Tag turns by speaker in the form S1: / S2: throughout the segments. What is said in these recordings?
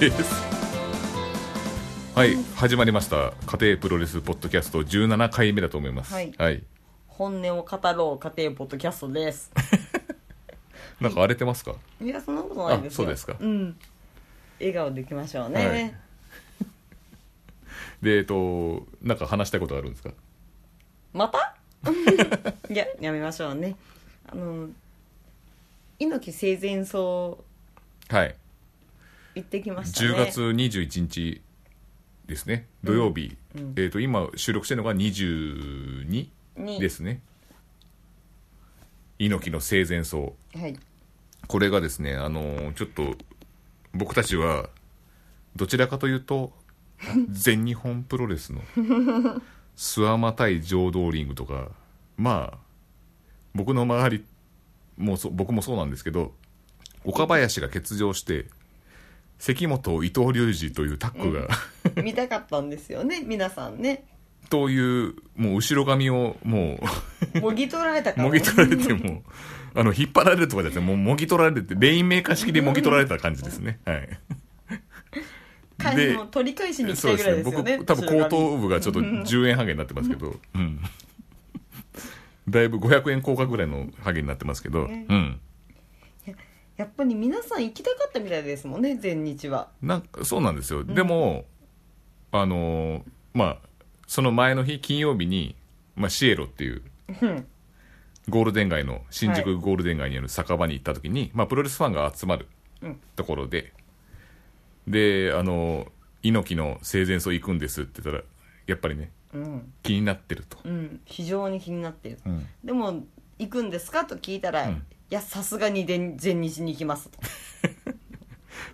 S1: ですはい始まりました家庭プロレスポッドキャスト17回目だと思います
S2: はい
S1: はい、
S2: 本音を語ろう家庭ポッドキャストです。
S1: なんか荒れてますか
S2: いや、そんなことないですよ。
S1: あそうですか
S2: うん。笑顔でいきましょうね。
S1: はいでえっとなんか話したいことあるんですか
S2: また いや、やめましょうね。あの、猪木生前葬
S1: はい
S2: 行ってきましたね。
S1: 10月21日ですね土曜日、えー、と今収録してるのが22
S2: に
S1: ですね猪木の生前葬
S2: はい。
S1: これがですねあのーちょっと僕たちはどちらかというと全日本プロレスの諏訪間対浄土リングとかまあ僕の周りもそ僕もそうなんですけど岡林が欠場して関本伊藤隆二というタッグが、
S2: 見たかったんですよね、皆さんね。
S1: というもう後ろ髪をも
S2: もぎ取られた
S1: う
S2: から。
S1: もぎ取られてもあの引っ張られるとかじゃなくてもうもぎ取られてレインメーカー式でもぎ取られた感じですねはい。
S2: 返しも取り返しに来たぐらいですよね。
S1: 僕多分後頭部がちょっと10円ハゲになってますけど、うん、だいぶ500円硬貨ぐらいのハゲになってますけど、
S2: ね
S1: うん、
S2: やっぱり皆さん行きたかったみたいですもんね、前日は。
S1: なんかそうなんですよ、でもあのーまあその前の日金曜日に、まあ、シエロっていう
S2: うん。
S1: ゴールデン街の新
S2: は
S1: 宿ゴールデン街にある酒場に行った時に、まあ、プロレスファンが集まる
S2: うん
S1: ところで、であのー猪木の生前葬行くんですって言ったらやっぱりね
S2: うん。
S1: 気になってると、
S2: うん。非常に気になってる。
S1: うん
S2: でも行くんですかと聞いたら、
S1: うん
S2: いやさすがに全全日に行きますと、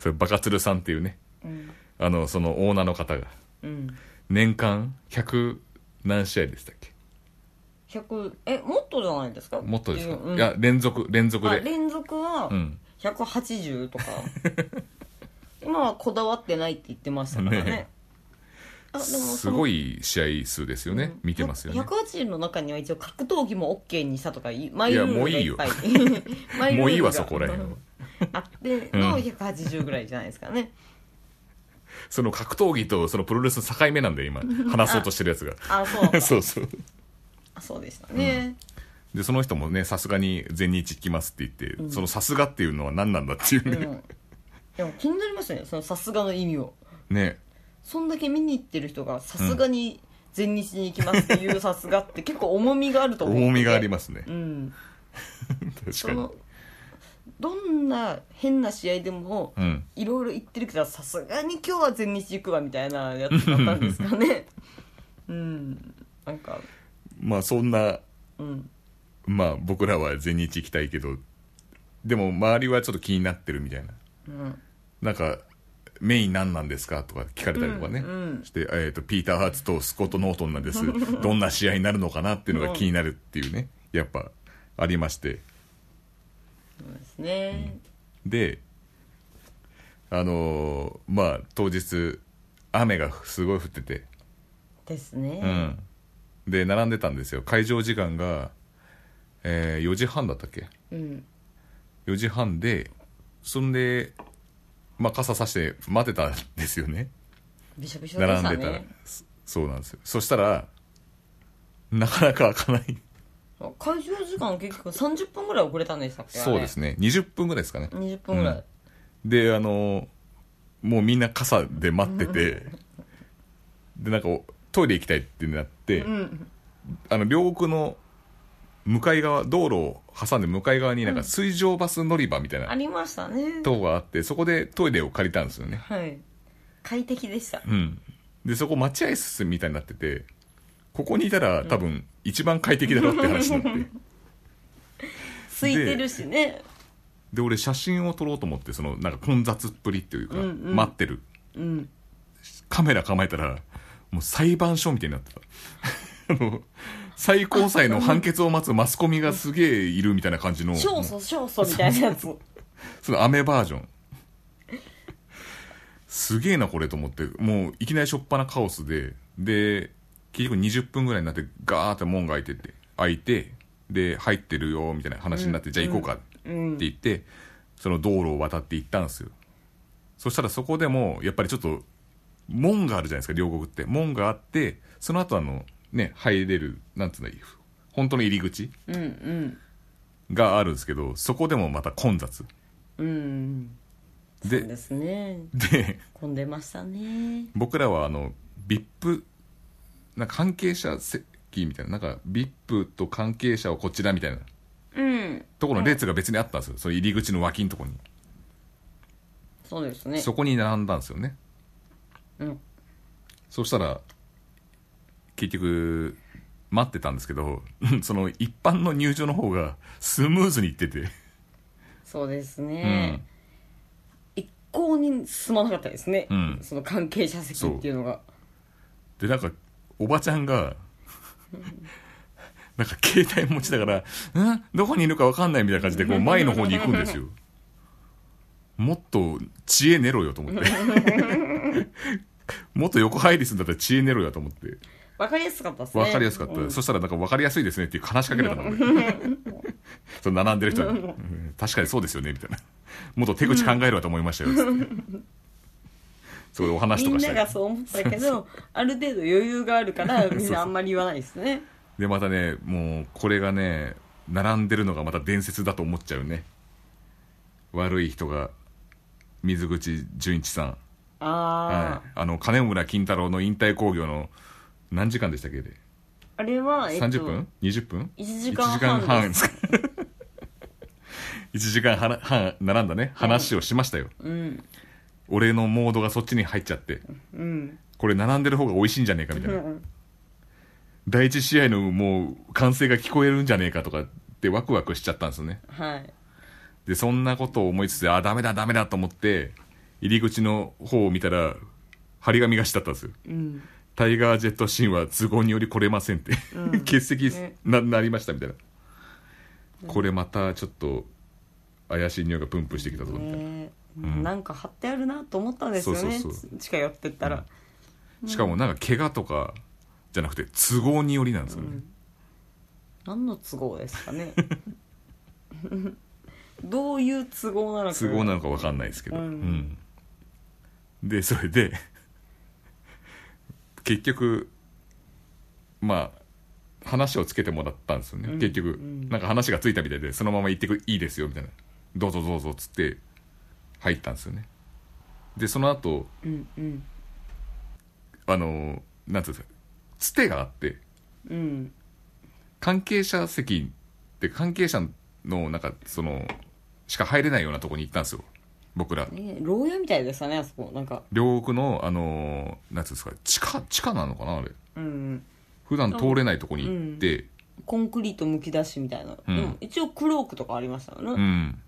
S1: それバカツルさんっていうね
S2: うん
S1: あの、そのオーナーの方が、
S2: うん、
S1: 年間100何試合でしたっけ
S2: 100えもっとじゃないですか
S1: もっとですか、
S2: うん
S1: いや、連続、連続
S2: あ
S1: で。
S2: 連続は
S1: うん。
S2: 180とか、今はこだわってないって言ってましたからね
S1: ね
S2: あでも
S1: す
S2: その
S1: ごい試合数ですよね。
S2: うん
S1: 見てますよね。
S2: 180の中には一応格闘技も OK にしたとかいマイルール
S1: もう
S2: が
S1: いい
S2: い
S1: よ
S2: っぱい
S1: もういいわ、そこら辺は。
S2: あっての180ぐらいじゃないですか ね、
S1: その格闘技とそのプロレスの境目なんで、今、話そうとしてるやつが。
S2: あ そう
S1: そうそう。
S2: あそうでしたね、
S1: で、その人もね、さすがに全日行きますって言って、そのさすがっていうのは何なんだっていう
S2: う
S1: ね。
S2: ん、でも気になりましたねそのさすがの意味を
S1: ね。
S2: そんだけ見に行ってる人がさすがに全日に行きますって いうさすがって結構重みがあると思う
S1: 重みがあり
S2: ま
S1: ますね
S2: う。ん
S1: 確
S2: そ
S1: かに
S2: の。どんな変な試合でも
S1: うん。
S2: いろいろ言ってるけどさすがに今日は全日行くわみたいなやつだったんですか ねうんなんか
S1: まあ、そんな
S2: うん
S1: まあ僕らは全日行きたいけどでも周りはちょっと気になってるみたいな
S2: うん
S1: なんかメイン何なんですかとか聞かれたりとかね、
S2: うんうん
S1: して、えー、とピーター・ハーツとスコット・ノートンなんですどんな試合になるのかなっていうのが気になるっていうねやっぱありまして
S2: そうですね、
S1: であのーまあ当日雨がすごい降ってて
S2: ですね、
S1: うんで並んでたんですよ会場時間が、えー4時半だったっけ
S2: うん
S1: 4時半でそんで、まあ、傘さして待ってたんですよね
S2: びしょびしょでした
S1: 並んでたら
S2: ね
S1: そそうなんですよそしたらなかなか開かない
S2: 会場時間結局30分ぐらい遅れたんでしたっけあれ
S1: そうですね20分ぐらいですかね
S2: 20分ぐらい、
S1: であのもうみんな傘で待っててでなんかおトイレ行きたいってなって、
S2: うん、
S1: あの両国の向かい側道路を挟んで向かい側になんか水上バス乗り場みたい
S2: あ
S1: な
S2: りましたね
S1: とこがあってそこでトイレを借りたんですよね
S2: はい快適でした
S1: うん、でそこ待合室みたいになっててここにいたら多分一番快適だろうって話 になって、
S2: 空いてるしね
S1: で俺写真を撮ろうと思ってそのなんか混雑っぷりっていうか、
S2: うんうん
S1: 待ってる
S2: うん
S1: カメラ構えたらもう裁判所みたいにな ってたあの最高裁の判決を待つマスコミがすげえいるみたいな感 じの
S2: 勝訴勝訴みたいなやつ
S1: その雨バージョンすげえなこれと思ってもういきなりしょっぱなカオスでで結局20分ぐらいになってガーって門が開いてて開いてで入ってるよみたいな話になって、じゃあ行こうかって
S2: うん
S1: 言って、その道路を渡って行ったんですよそしたらそこでもやっぱりちょっと門があるじゃないですか両国って門があってその後あのね入れるなんつうんだ本当の入り口
S2: うんうん
S1: があるんですけどそこでもまた混雑
S2: うんそう
S1: で
S2: ですね
S1: で
S2: 混んでましたね
S1: 僕らはあの VIP なんか関係者席みたいななんか VIP と関係者はこちらみたいな
S2: うん
S1: ところの列が別にあったんですよその入り口の脇のとこに
S2: そうですね
S1: そこに並んだんですよね
S2: うん
S1: そしたら結局待ってたんですけど その一般の入場の方がスムーズにいってて、
S2: そうですね、一向に進まなかったですね、
S1: うん
S2: その関係者席っていうのが
S1: でなんかおばちゃん がなんか携帯持ちだから「んどこにいるか分かんない」みたいな感じでこう前の方に行くんですよもっと知恵寝ろよと思って もっと横入りするんだったら知恵寝ろよと思って
S2: 分かりやすかったですね
S1: 分かりやすかった、
S2: うん
S1: そしたらなんか分かりやすいですねっていう話しかけられたの俺 その並んでる人に、うん確かにそうですよねみたいなもっと手口考えるわと思いましたよつって そこでお話と
S2: み
S1: か
S2: ん
S1: し
S2: な
S1: た
S2: が
S1: り
S2: そう思ったけどある程度余裕がある からみんなあんまり言わないですね
S1: でまたねもうこれがね並んでるのがまた伝説だと思っちゃうね悪い人が水口純一さんは
S2: ああ、
S1: い、あの金村金太郎の引退興行の何時間でしたっけで
S2: あれは、えっと、
S1: 30分、20分
S2: 1時間半です
S1: 1時間半一時間半 半並んだね話をしましたよ、
S2: うん
S1: 俺のモードがそっちに入っちゃって
S2: うん
S1: これ並んでる方が美味しいんじゃねえかみた
S2: う
S1: いな、
S2: ん
S1: 第一試合のもう歓声が聞こえるんじゃねえかとかってワクワクしちゃったんですよね
S2: はい
S1: でそんなことを思いつつあダメだダメだと思って入り口の方を見たら張り紙がしてあったんですよ
S2: うん
S1: タイガー・ジェット・シーンは都合により来れませんって、欠席
S2: ね
S1: ななりましたみたいな、これまたちょっと怪しい匂いがプンプンしてきたぞみたいな、
S2: ねなんか貼ってあるなと思ったんですよね
S1: そうそう
S2: 近寄ってったら、
S1: しかもなんか怪我とかじゃなくて都合によりなんですよね、
S2: 何の都合ですかね どういう都合なのか
S1: 都合なのか分かんないですけど、
S2: うん
S1: うんでそれで 結局まあ話をつけてもらったんですよね、
S2: ん
S1: 結局、
S2: うん
S1: なんか話がついたみたいでそのまま行ってくいいですよみたいなどうぞどうぞっつって入ったんですよねでその後
S2: うんうん
S1: あのなんていうんですかつてがあって
S2: うん
S1: 関係者席って関係者のなんかそのしか入れないようなとこに行ったんですよ僕ら
S2: ね牢屋みたいでしたねあそこなんか
S1: 両国の、あのーなんつうんですか、地下、地下なのかなあれ。
S2: うん
S1: 普段通れないとこに行って、
S2: コンクリートむき出しみたいな、
S1: うん
S2: でも一応クロークとかありましたよね、
S1: うん。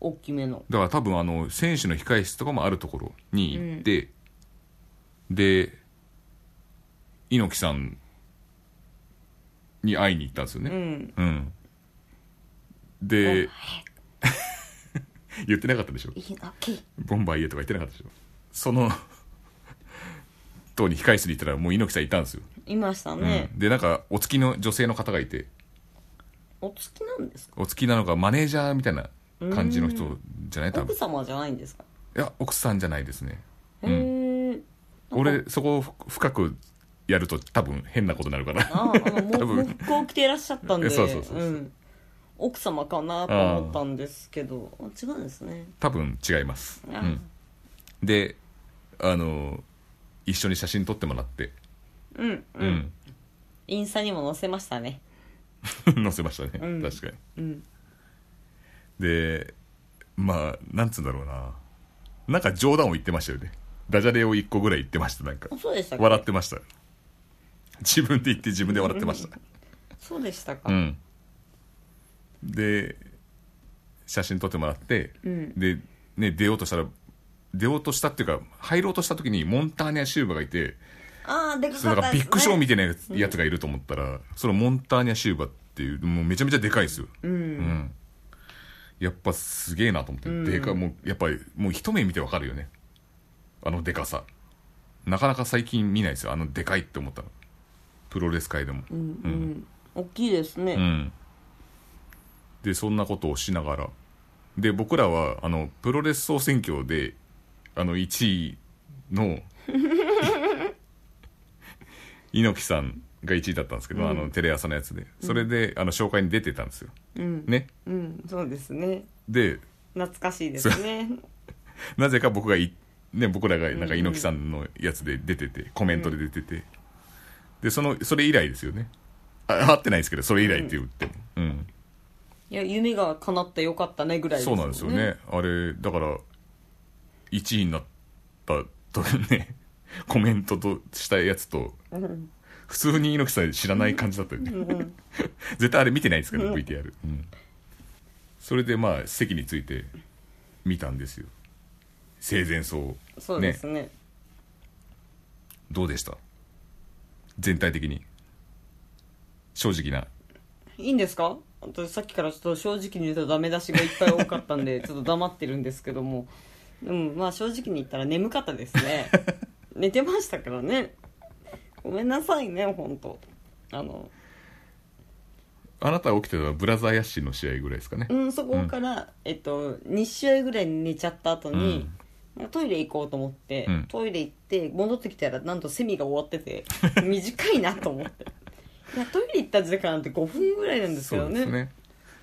S2: 大きめの
S1: だから多分、あの、選手の控え室とかもあるところに行って、で、猪木さんに会いに行ったんですよ
S2: う
S1: ね。
S2: ん
S1: うん。で、 言ってなかったでしょ
S2: いいなき
S1: ボンバー家とか言ってなかったでしょその、当に控え室に行ったらもう猪木さんいたんですよ。
S2: いましたね、
S1: うん。で、なんか、お付きの女性の方がいて、
S2: お付きなんですか
S1: お付きなのかマネージャーみたいな感じの人じゃない多
S2: 奥
S1: 分い
S2: 様じゃないんですか、
S1: や奥さんじゃないですねうん
S2: へえ
S1: 俺そこをふ深くやると多分変なことになるから
S2: ああのも
S1: 多 分
S2: 喪服を着ていらっしゃったんで、
S1: そうそうそうそうん
S2: 奥様かなと思ったんですけどあ違うんですね
S1: 多分違います、う
S2: あ
S1: ん、であの一緒に写真撮ってもらって
S2: うん
S1: うん
S2: インスタにも載せましたね
S1: 載せましたね、
S2: うん
S1: 確かに
S2: うん
S1: でまあなんつうんだろうななんか冗談を言ってましたよねダジャレを1個ぐらい言ってましたなんか
S2: あそうでしたっけ
S1: 笑ってました自分で言って自分で笑ってました
S2: そうでしたか、
S1: うん、で写真撮ってもらって、
S2: うん
S1: で、ね、出ようとしたら出ようとしたっていうか入ろうとした時にモンターニャシューバがいて
S2: ああでか
S1: その
S2: か
S1: な
S2: っ
S1: んか
S2: た
S1: ビッグショーみ
S2: ね
S1: たいなやつやつがいると思ったら、そのモンターニャシューバっていうもうめちゃめちゃでかいですよ、
S2: う
S1: うんんやっぱすげえなと思って、
S2: うん
S1: でかいもうやっぱりもう一目見てわかるよねあのでかさなかなか最近見ないですよあのでかいって思ったのプロレス界でも
S2: うんうん大きいですね、
S1: うん、でそんなことをしながらで僕らはあのプロレス総選挙であの1位 の猪木さんが1位だったんですけど、
S2: うん
S1: あのテレ朝のやつでそれで、あの紹介に出てたんですよ
S2: うん、
S1: ね
S2: うん、そうですね
S1: で
S2: 懐かしいですね
S1: なぜか僕がい、ね、僕らがなんか猪木さんのやつで出ててコメントで出てて、でそのそれ以来ですよねあ合ってないですけどそれ以来って言ってもうん
S2: いや夢が叶ってよかったねぐらいです
S1: そ
S2: も
S1: う
S2: ね
S1: んなんですよねあれだから1位になったとね コメントとしたやつと
S2: うん
S1: 普通に猪木さん知らない感じだったよね、 絶対あれ見てないですから、
S2: うん
S1: VTR、うんそれでまあ席について見たんですよ生前葬
S2: そうですね
S1: どうでした全体的に正直ない
S2: いんですか私さっきからちょっと正直に言うとダメ出しがいっぱい多かったん でちょっと黙ってるんですけどもうんまあ正直に言ったら眠かったです ね寝てましたからねごめんなさいね本当あの
S1: あなたが起きてたのはブラザーヤッシーの試合ぐらいですかね
S2: うんそこから、えっと2試合ぐらい寝ちゃった後に、なんかトイレ行こうと思って、
S1: うん
S2: トイレ行って戻ってきたらなんとセミが終わって て短いなと思っていやトイレ行った時間なんて5分ぐらいなんですけ
S1: そ
S2: ど
S1: うですね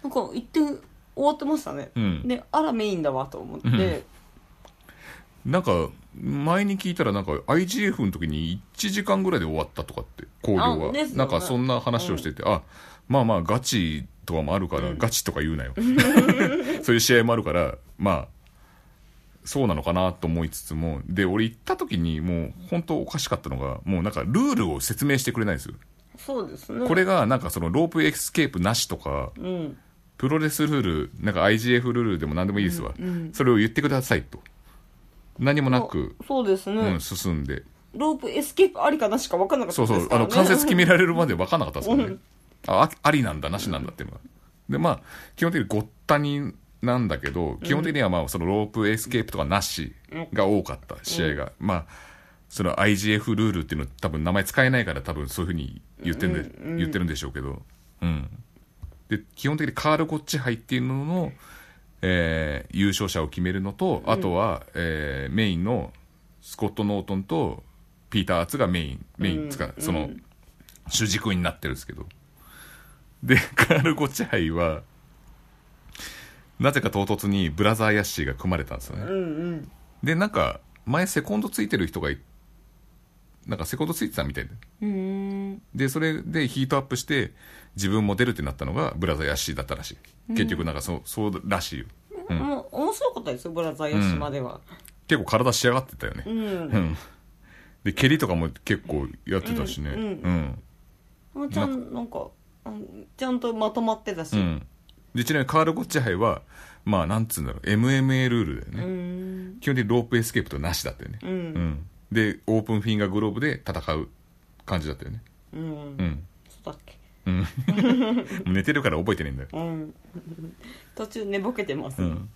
S2: なんか行って終わってましたね、
S1: うん
S2: であらメインだわと思って、
S1: うんなんか前に聞いたらなんか IGF の時に1時間ぐらいで終わったとかって興行
S2: あ
S1: は、
S2: ですよね
S1: なんかそんな話をしてて、あまあまあガチとかもあるから、ガチとか言うなよ そういう試合もあるからまあそうなのかなと思いつつもで俺行った時にもう本当おかしかったのがもうなんかルールを説明してくれないんですよ
S2: そうですね
S1: これがなんかそのロープエスケープなしとか、
S2: うん
S1: プロレスルール、なんか IGF ルールでも何でもいいですわ。それを言ってくださいと。何もなく、
S2: あそうですね、
S1: うん、進んで。
S2: ロープエスケープありかなしか分かんなかった
S1: そう
S2: です
S1: そ
S2: から、
S1: う
S2: ね、、
S1: あの、関節決められるまで分かんなかったですから
S2: う
S1: ね
S2: ん。
S1: あ、あありなんだ、なしなんだっていうのが。で、まあ、基本的にごったになんだけど、基本的にはまあ、そのロープエスケープとかなしが多かった、試合が。まあ、その IGF ルールっていうの多分名前使えないから多分そういうふうに言ってるんで、言ってるんでしょうけど。うん。で、基本的にカールこっち杯っていうのの、えー優勝者を決めるのと、あとは、えーメインのスコット・ノートンとピーター・アーツがメイン、メインつか、その、主軸になってるんですけど。で、カール・ゴチハイは、なぜか唐突にブラザー・ヤッシーが組まれたんですよね。
S2: うんうん
S1: で、なんか、前セコンドついてる人がい、なんかセコンドついてたみたいで。
S2: うーん
S1: で、それでヒートアップして、自分も出るってなったのがブラザー・ヤッシーだったらしい。結局なんかそう、そうらしいよ。
S2: もう面白かったですよブラザーヤシまでは
S1: 結構体仕上がってたよね。
S2: うん、
S1: うん。で、蹴りとかも結構やってたしね。
S2: う
S1: うんん。
S2: もうちゃんなんかうんちゃんとまとまってたし、
S1: うんでちなみにカール・ゴッチハイはまあなんつうんだろう MMA ルールだよね、
S2: うん
S1: 基本的にロープエスケープとなしだったよね、
S2: うん
S1: うんでオープンフィンガーグローブで戦う感じだったよね
S2: うん
S1: うん、
S2: そうだっけ
S1: 寝てるから覚えてねえんだよ、
S2: うん 途中寝ぼけてます、
S1: うん、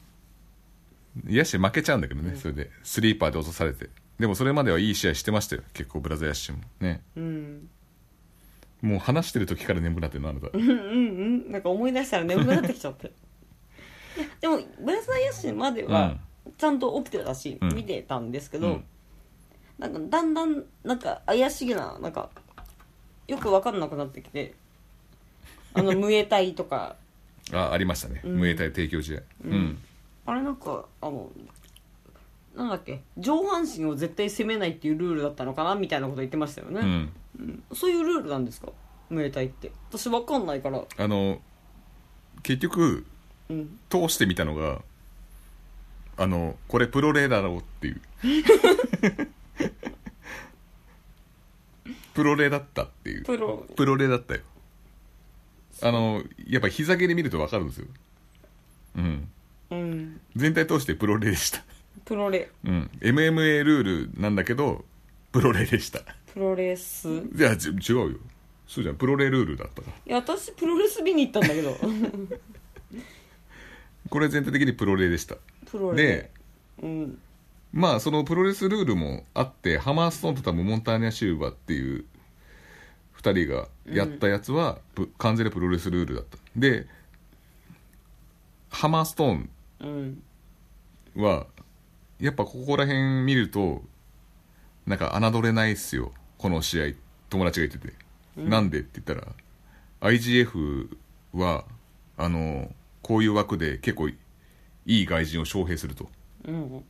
S1: ヤッシー負けちゃうんだけどね、それでスリーパーで落とされてでもそれまではいい試合してましたよ結構ブラザーヤッシーもね
S2: うん
S1: もう話してる時から眠くなってるのあなた
S2: うんうんうんなんか思い出したら眠くなってきちゃってい やでもブラザーヤシまではちゃんと起きてたし、
S1: うん
S2: 見てたんですけど、
S1: うん
S2: なんかだんだんなんか怪しげななんかよく分かんなくなってきてあのムエタイとか
S1: あありましたね、
S2: うん
S1: ムエタイ提供試合うん、
S2: あれなんかあのなんだっけ上半身を絶対攻めないっていうルールだったのかなみたいなこと言ってましたよね、
S1: うん
S2: そういうルールなんですかムエタイって私分かんないから
S1: あの結局
S2: うん
S1: 通してみたのがあのこれプロレだろうっていうプロレだったっていう
S2: プロ
S1: プロレだったよあのやっぱ膝蹴り見ると分かるんですようん
S2: うん
S1: 全体通してプロレでした
S2: プロレ
S1: うん、MMA ルールなんだけどプロレでした
S2: プロレスい
S1: いやち違うよそうじゃんプロレルールだったから
S2: や私プロレス見に行ったんだけど
S1: これ全体的にプロレでした
S2: プロレ
S1: で
S2: うん
S1: まあそのプロレスルールもあってハマーストーンと多分モンターニャ・シューバっていう2人がやったやつは、ぶ完全なプロレスルールだったでハマーストーン
S2: うん
S1: はやっぱここら辺見るとなんか侮れないっすよこの試合友達が言ってて、なんでって言ったら IGF はあのこういう枠で結構いい外人を招聘すると
S2: うん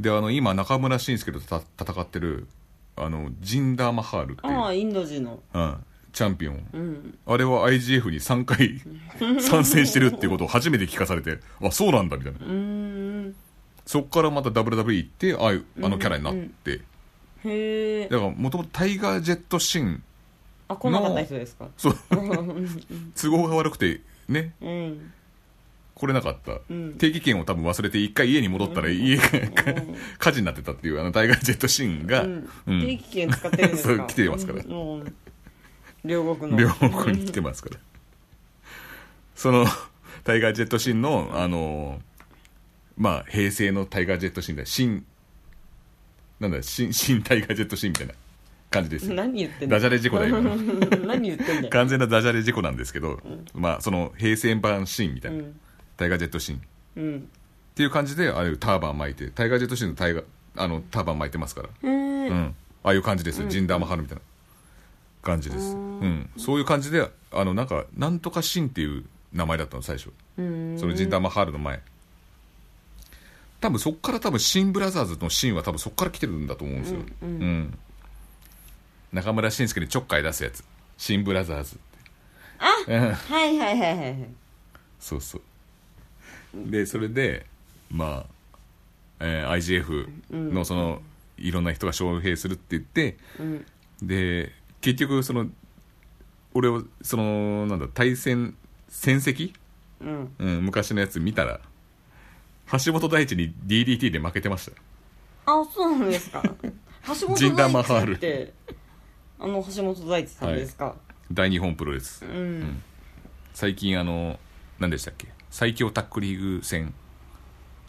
S1: であの今中村慎介とた戦ってるあのジンダーマハールってい
S2: ああ
S1: う、
S2: インド人の
S1: うん、チャンピオン
S2: うん
S1: あれは IGF に3回 参戦してるっていうことを初めて聞かされてあそうなんだみたいな
S2: うーん
S1: そっからまた WWE 行ってああいうあのキャラになって、
S2: へえ
S1: だからもともとタイガー・ジェット・シン
S2: あ来なかった人ですか
S1: そう
S2: うん
S1: 都合が悪くてね
S2: うん
S1: 来れなかった、
S2: うん
S1: 定期券を多分忘れて一回家に戻ったら家が火事になってたっていうあのタイガー・ジェット・シンが、
S2: うん
S1: うん
S2: 定期券使ってるんです
S1: そ
S2: か
S1: う来てますから
S2: うんうん両国の
S1: 両国に来てますからそのタイガー・ジェット・シンのあのまあ平成のタイガー・ジェット・シンみたいな新なんだ新新タイガー・ジェット・シンみたいな感じです よ
S2: 何言ってんの
S1: ダジャレ事故だよ今
S2: 何言ってんだよ
S1: 完全なダジャレ事故なんですけど、まあその平成版シーンみたいな、タイガージェットシーンっ
S2: うん
S1: ていう感じでああいうターバン巻いてタイガージェットシーンのタイガあのターバン巻いてますから、
S2: へえ
S1: うん、ああいう感じですよ、ジンダーマハルみたいな感じです、うん、そういう感じであのなんかなんとかシーンっていう名前だったの最初
S2: うん
S1: そのジンダーマハルの前多分そっから多分シンブラザーズのシーンは多分そっから来てるんだと思うんですよ、
S2: う
S1: うんん、中村慎介にちょっかい出すやつシンブラザーズ
S2: はいはいはいはいはい
S1: そうそうでそれでまあ、えー IGF のその、いろんな人が招聘するって言って
S2: うん
S1: で結局その俺をそのなんだ対戦戦績、
S2: うん
S1: うん、昔のやつ見たら橋本大地に DDT で負けてました
S2: あそうなんですか橋
S1: ジンダ
S2: 本
S1: ーマハー
S2: 大地
S1: ル
S2: ってあの橋本大地さんですか
S1: 大日本プロレス
S2: うん
S1: 最近あの何でしたっけ最強タックリーグ戦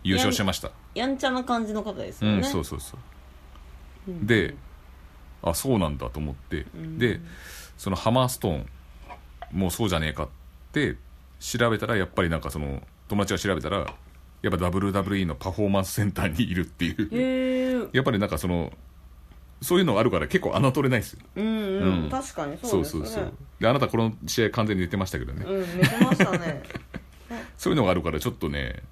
S1: 優勝しました
S2: やんちゃな感じの方です
S1: う
S2: よね
S1: ん、そうそうそう、であそうなんだと思って、でそのハマーストーンもうそうじゃねえかって調べたらやっぱりなんかその友達が調べたらやっぱ WWE のパフォーマンスセンターにいるっていう
S2: へえうん
S1: やっぱりなんかそのそういうのがあるから結構侮れないですよ
S2: うん、
S1: うん
S2: 確かにそうです
S1: そ
S2: ね
S1: うそうであなたこの試合完全に出てましたけどね、
S2: うん寝てましたね
S1: そういうのがあるからちょっとね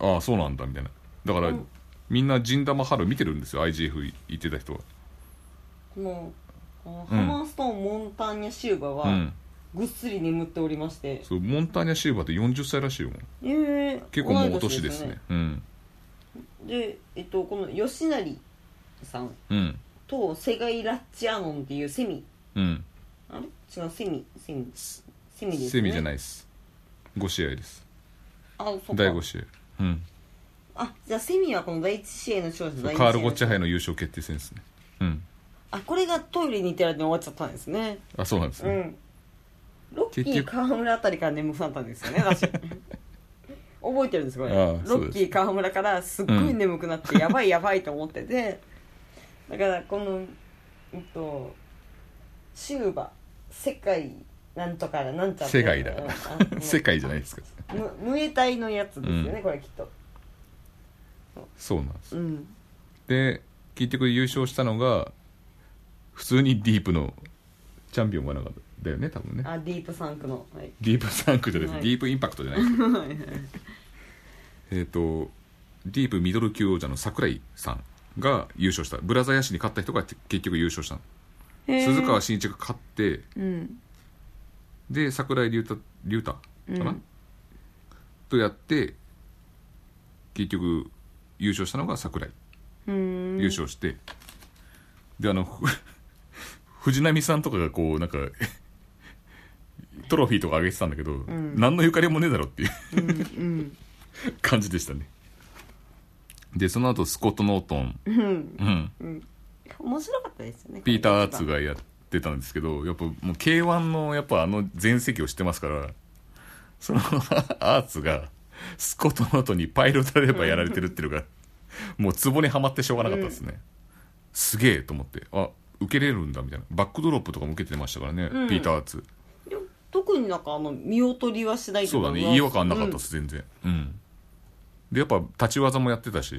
S1: ああそうなんだみたいなだから、
S2: うん
S1: みんなジンダマハル見てるんですよ IGF 行ってた人は
S2: もうあハマーストーンモンターニャシューバ
S1: う
S2: は
S1: ん
S2: ぐっすり眠っておりまして、
S1: そうモンターニャ・シルバーって40歳らしいよ
S2: ええ
S1: 結構もうお年ですねうん
S2: で、えっと、この吉成さん
S1: うん
S2: とセガイ・ラッチアノンっていうセミ
S1: うん
S2: あれ違うセミセミセミです、ね、
S1: セミじゃないいです5試合です
S2: あそっか
S1: 第5試合うん
S2: あじゃあセミはこの第一試合の勝者第一試合の勝者
S1: カール・ゴッチャ杯の優勝決定戦ですねうん
S2: あこれがトイレに行ってる間に終わっちゃったんですね
S1: あそうなんです
S2: う
S1: ね
S2: んロッキ
S1: 結
S2: ー
S1: 局
S2: 川村あたりから眠くなったんですよね 私覚えてるんですこれ
S1: ああ
S2: ロ
S1: そうで
S2: ッ
S1: す
S2: キー川村からすっごい眠くなって、やばいやばいと思っててだからこのうんとシューバ世界なんとからなんちゃって
S1: 世界だ
S2: うんあ
S1: 世界じゃないですか
S2: む無栄体のやつですよね、
S1: うん
S2: これきっと
S1: そうなんです
S2: うん
S1: で結局優勝したのが普通にディープのチャンピオンがなかったよね多分ね
S2: あディープサンクの はい
S1: ディープサンクじゃないです
S2: はい
S1: ディープインパクトじゃないですえっとディープミドル級王者の櫻井さんが優勝したブラザーヤシに勝った人が結局優勝したの鈴川慎一が勝って
S2: うん
S1: で櫻井龍太龍太かな、
S2: うん
S1: とやって結局優勝したのが櫻井
S2: うん
S1: 優勝して、であのふ 藤波さんとかがこうなんか トロフィーとかあげてたんだけど、何のゆかりもねえだろっていう 感じでしたねでその後スコット・ノートン、うん
S2: 面白かったですよね
S1: ピーター・アーツがやってたんですけどやっぱもう k 1のやっぱあの全席を知ってますからその アーツがスコットの後にパイロットレバーやられてるっていうのがもうツボにはまってしょうがなかったですね、すげえと思ってあ受けれるんだみたいなバックドロップとかも受けてましたからね、
S2: うん
S1: ピーター・アーツ
S2: でも特になんかあの見劣りはしないと
S1: そう
S2: か
S1: だね
S2: は
S1: 違和感なかったです、全然うんでやっぱ立ち技もやってたし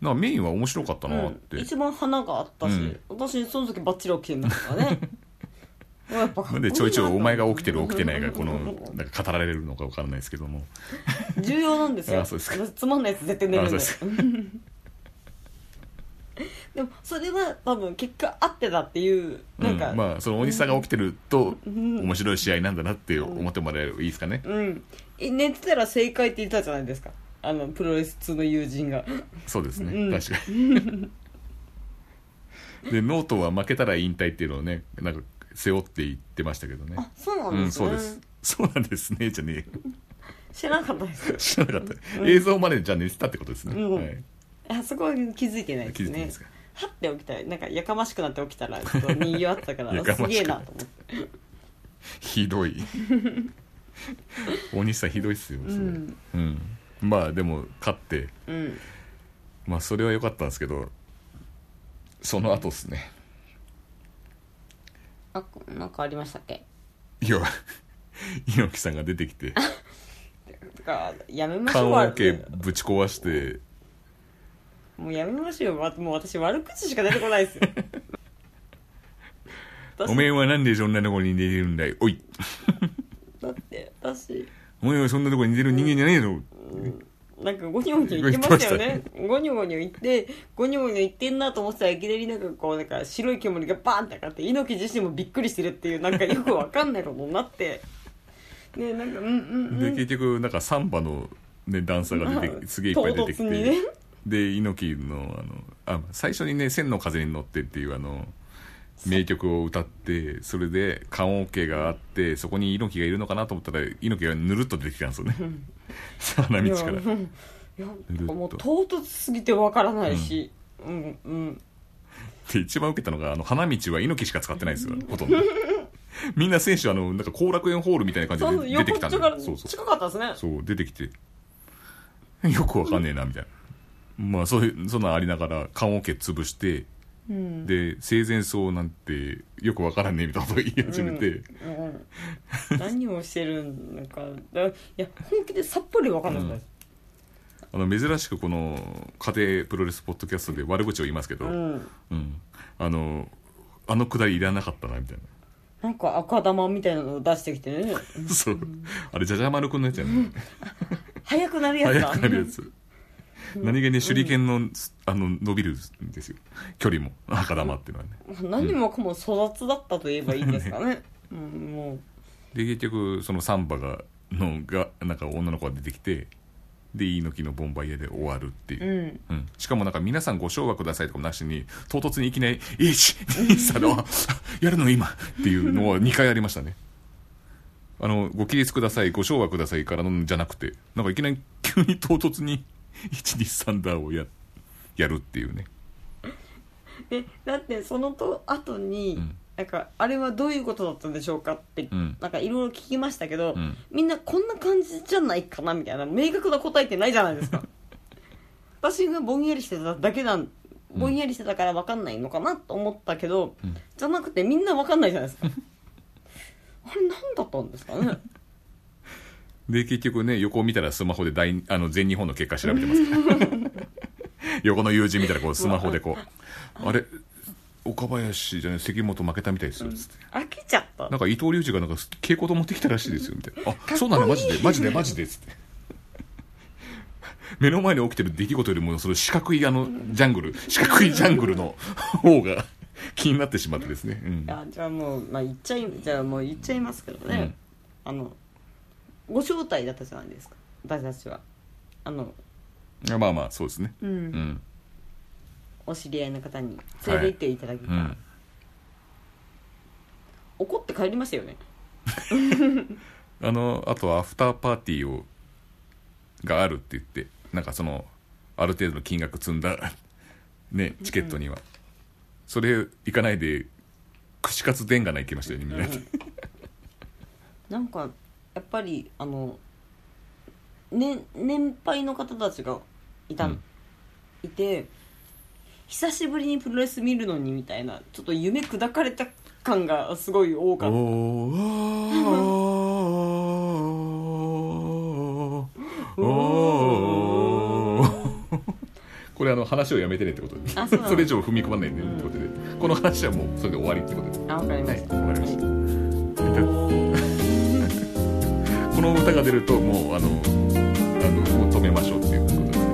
S1: なんかメインは面白かったなって、
S2: うん、一番花があったし、
S1: うん
S2: 私その時バッチリ起きてましたから ねやっぱかっこ
S1: ない
S2: い
S1: ん
S2: な
S1: でちょいちょいお前が起きてる起きてないがこのなんか語られるのか分からないですけども
S2: 重要なんですよ
S1: あそうですか
S2: つまんないやつ絶対寝るんで
S1: あそ
S2: でもそれは多分結果合ってたっていうなんか、
S1: うん、まあその大西さんが起きてると
S2: ん
S1: 面白い試合なんだなって思ってもらえるいいですかね
S2: うんえ寝てたら正解って言ってたじゃないですかあのプロレス通の友人が
S1: そうですね、
S2: うん
S1: 確かにでノートは負けたら引退っていうのをねなんか背負って言ってましたけどね
S2: あそうな
S1: うん
S2: で
S1: ん
S2: すね、
S1: そうですそうなんですねじゃねえよ
S2: 知らなかったです
S1: 知らなかった、映像までじゃあ寝てたってことですね、
S2: うん
S1: はい、
S2: あそこは気づいてないです
S1: 気づい
S2: ね
S1: てないですか
S2: はって起きたらなんかやかましくなって起きた らちょっとにぎわってたか
S1: や
S2: ら
S1: かましく
S2: す
S1: なって
S2: げえなと思って
S1: ひ どい大西さんひどいっすよ、それ
S2: うん
S1: うんまあでも勝って
S2: うん
S1: まあそれは良かったんですけどその後ですね
S2: あこなんかありましたっけ
S1: いや 猪木さんが出てきて
S2: とかやめましょ
S1: 棺
S2: う
S1: 桶
S2: 悪
S1: ぶち壊して
S2: もうやめましょうよわもう私悪口しか出てこない ですよ
S1: 「
S2: 私
S1: おめえはなんでそんなとこに寝てるんだいおい
S2: だって私
S1: お前はそんなとこに寝てる人間じゃねえぞ
S2: なんかゴニョゴニョ言ってましたよねゴニョゴニョ言ってゴニョゴニョ言ってんなと思ってたらいきなりなんかこうなんか白い煙がバーンって上がって猪木自身もびっくりしてるっていうなんかよくわかんないことになってねなんかうんうんう
S1: で
S2: ん
S1: 結局なんかサンバの、ね、ダンサーが出てき
S2: まあ
S1: すげえいっぱい出てき
S2: 唐
S1: て、
S2: 突にね
S1: で猪木のあのあ最初にね「千の風に乗って」っていうあの名曲を歌ってそれで棺桶があってそこに猪木がいるのかなと思ったら猪木がぬるっと出てきたんですよね 花
S2: い
S1: 道
S2: や
S1: から
S2: うんいや
S1: ぬるっと
S2: もう唐突すぎてわからないし、うん、うん
S1: で一番受けたのがあの花道は猪木しか使ってないんですよほとんど みんな選手あのなんか後楽園ホールみたいな
S2: そ
S1: 感
S2: う
S1: じ
S2: そう
S1: で出て
S2: 横
S1: きた
S2: っ
S1: ん
S2: ちょ
S1: で
S2: から
S1: そうそう
S2: 近かったですね
S1: そう出てきて よくわかんねえなみたいなまあそういうそんなんありながら棺桶潰して
S2: うん
S1: で生前葬なんてよくわからねえみたいなこと言い始めて、
S2: うん うん、何をしてるのかだいや本気でさっぱりわかんなかったです、
S1: あの珍しくこの家庭プロレスポッドキャストで悪口を言いますけど、
S2: うん
S1: うんあのあのくだりいらなかったなみたい
S2: なんか赤玉みたいなのを出してきて ね
S1: なそうあれじゃじゃ丸くんのやつやね
S2: 早くなるやつ
S1: 早
S2: だ
S1: くなるやつ何気に手裏剣の,、あの伸びるんですよ距離も 赤玉っていうのはね
S2: 何もかも育つだったと言えばいいんですかね、うん、も
S1: で結局そのサンバがのがなんか女の子が出てきてで猪木のボンバイエで終わるっていうう、
S2: うん
S1: うんしかもなんか皆さんご唱和くださいとかもなしに唐突にいきなり「123のあやるの今」っていうのは2回ありましたねあのご起立くださいご唱和くださいからのじゃなくてなんかいきなり急に唐突に123だをややるっていうね
S2: でだってそのと後に、
S1: うん
S2: なんかあれはどういうことだったんでしょうかって、
S1: うん
S2: なんかいろいろ聞きましたけど、
S1: うん
S2: みんなこんな感じじゃないかなみたいな明確な答えってないじゃないです か私がぼんやりしてただけなんぼんやりしてたから分かんないのかなと思ったけど、
S1: うん
S2: じゃなくてみんな分かんないじゃないですか あれ何だったんですかね
S1: で結局ね横を見たらスマホで大あの全日本の結果調べ てますから横の友人みたいなこうスマホでこう「あれ岡林じゃない関本負けたみたいですよ」つって、
S2: 飽きちゃった
S1: なんか伊藤隆二がなんか稽古と持ってきたらしいですよ」みたいな「あそうなのマジでマジでマジで」っつって目の前に起きてる出来事よりもその四角いあのジャングル四角いジャングル の方が気になってしまってですね、うん、
S2: あじゃあもう、まあ、言っちゃいじゃあもう言っちゃいますけどね、
S1: うん
S2: あのご招待だったじゃないですか私たちはあの、
S1: まあまあそうですね
S2: うん
S1: うん
S2: お知り合いの方に連れて行っていただき
S1: う
S2: たい
S1: ん
S2: 怒って帰りましたよ ね
S1: あのあとはアフターパーティーをがあるって言ってなんかそのある程度の金額積んだ ねチケットには、それ行かないで串カツ伝がな行きましたよねみんなで、
S2: なんかやっぱりあの、ね、年配の方たちがいた、
S1: うん
S2: いて久しぶりにプロレス見るのにみたいなちょっと夢砕かれた感がすごい多かった
S1: お ーおーおーおーおーおーここれあの話をやめてねってことで
S2: あそうなの
S1: それ以上踏み込まないでねってことで、この話はもうそれで終わりってことで
S2: あわかりました、
S1: はいわかりましたこの歌が出るともうあのあのもう止めましょうっていうことですね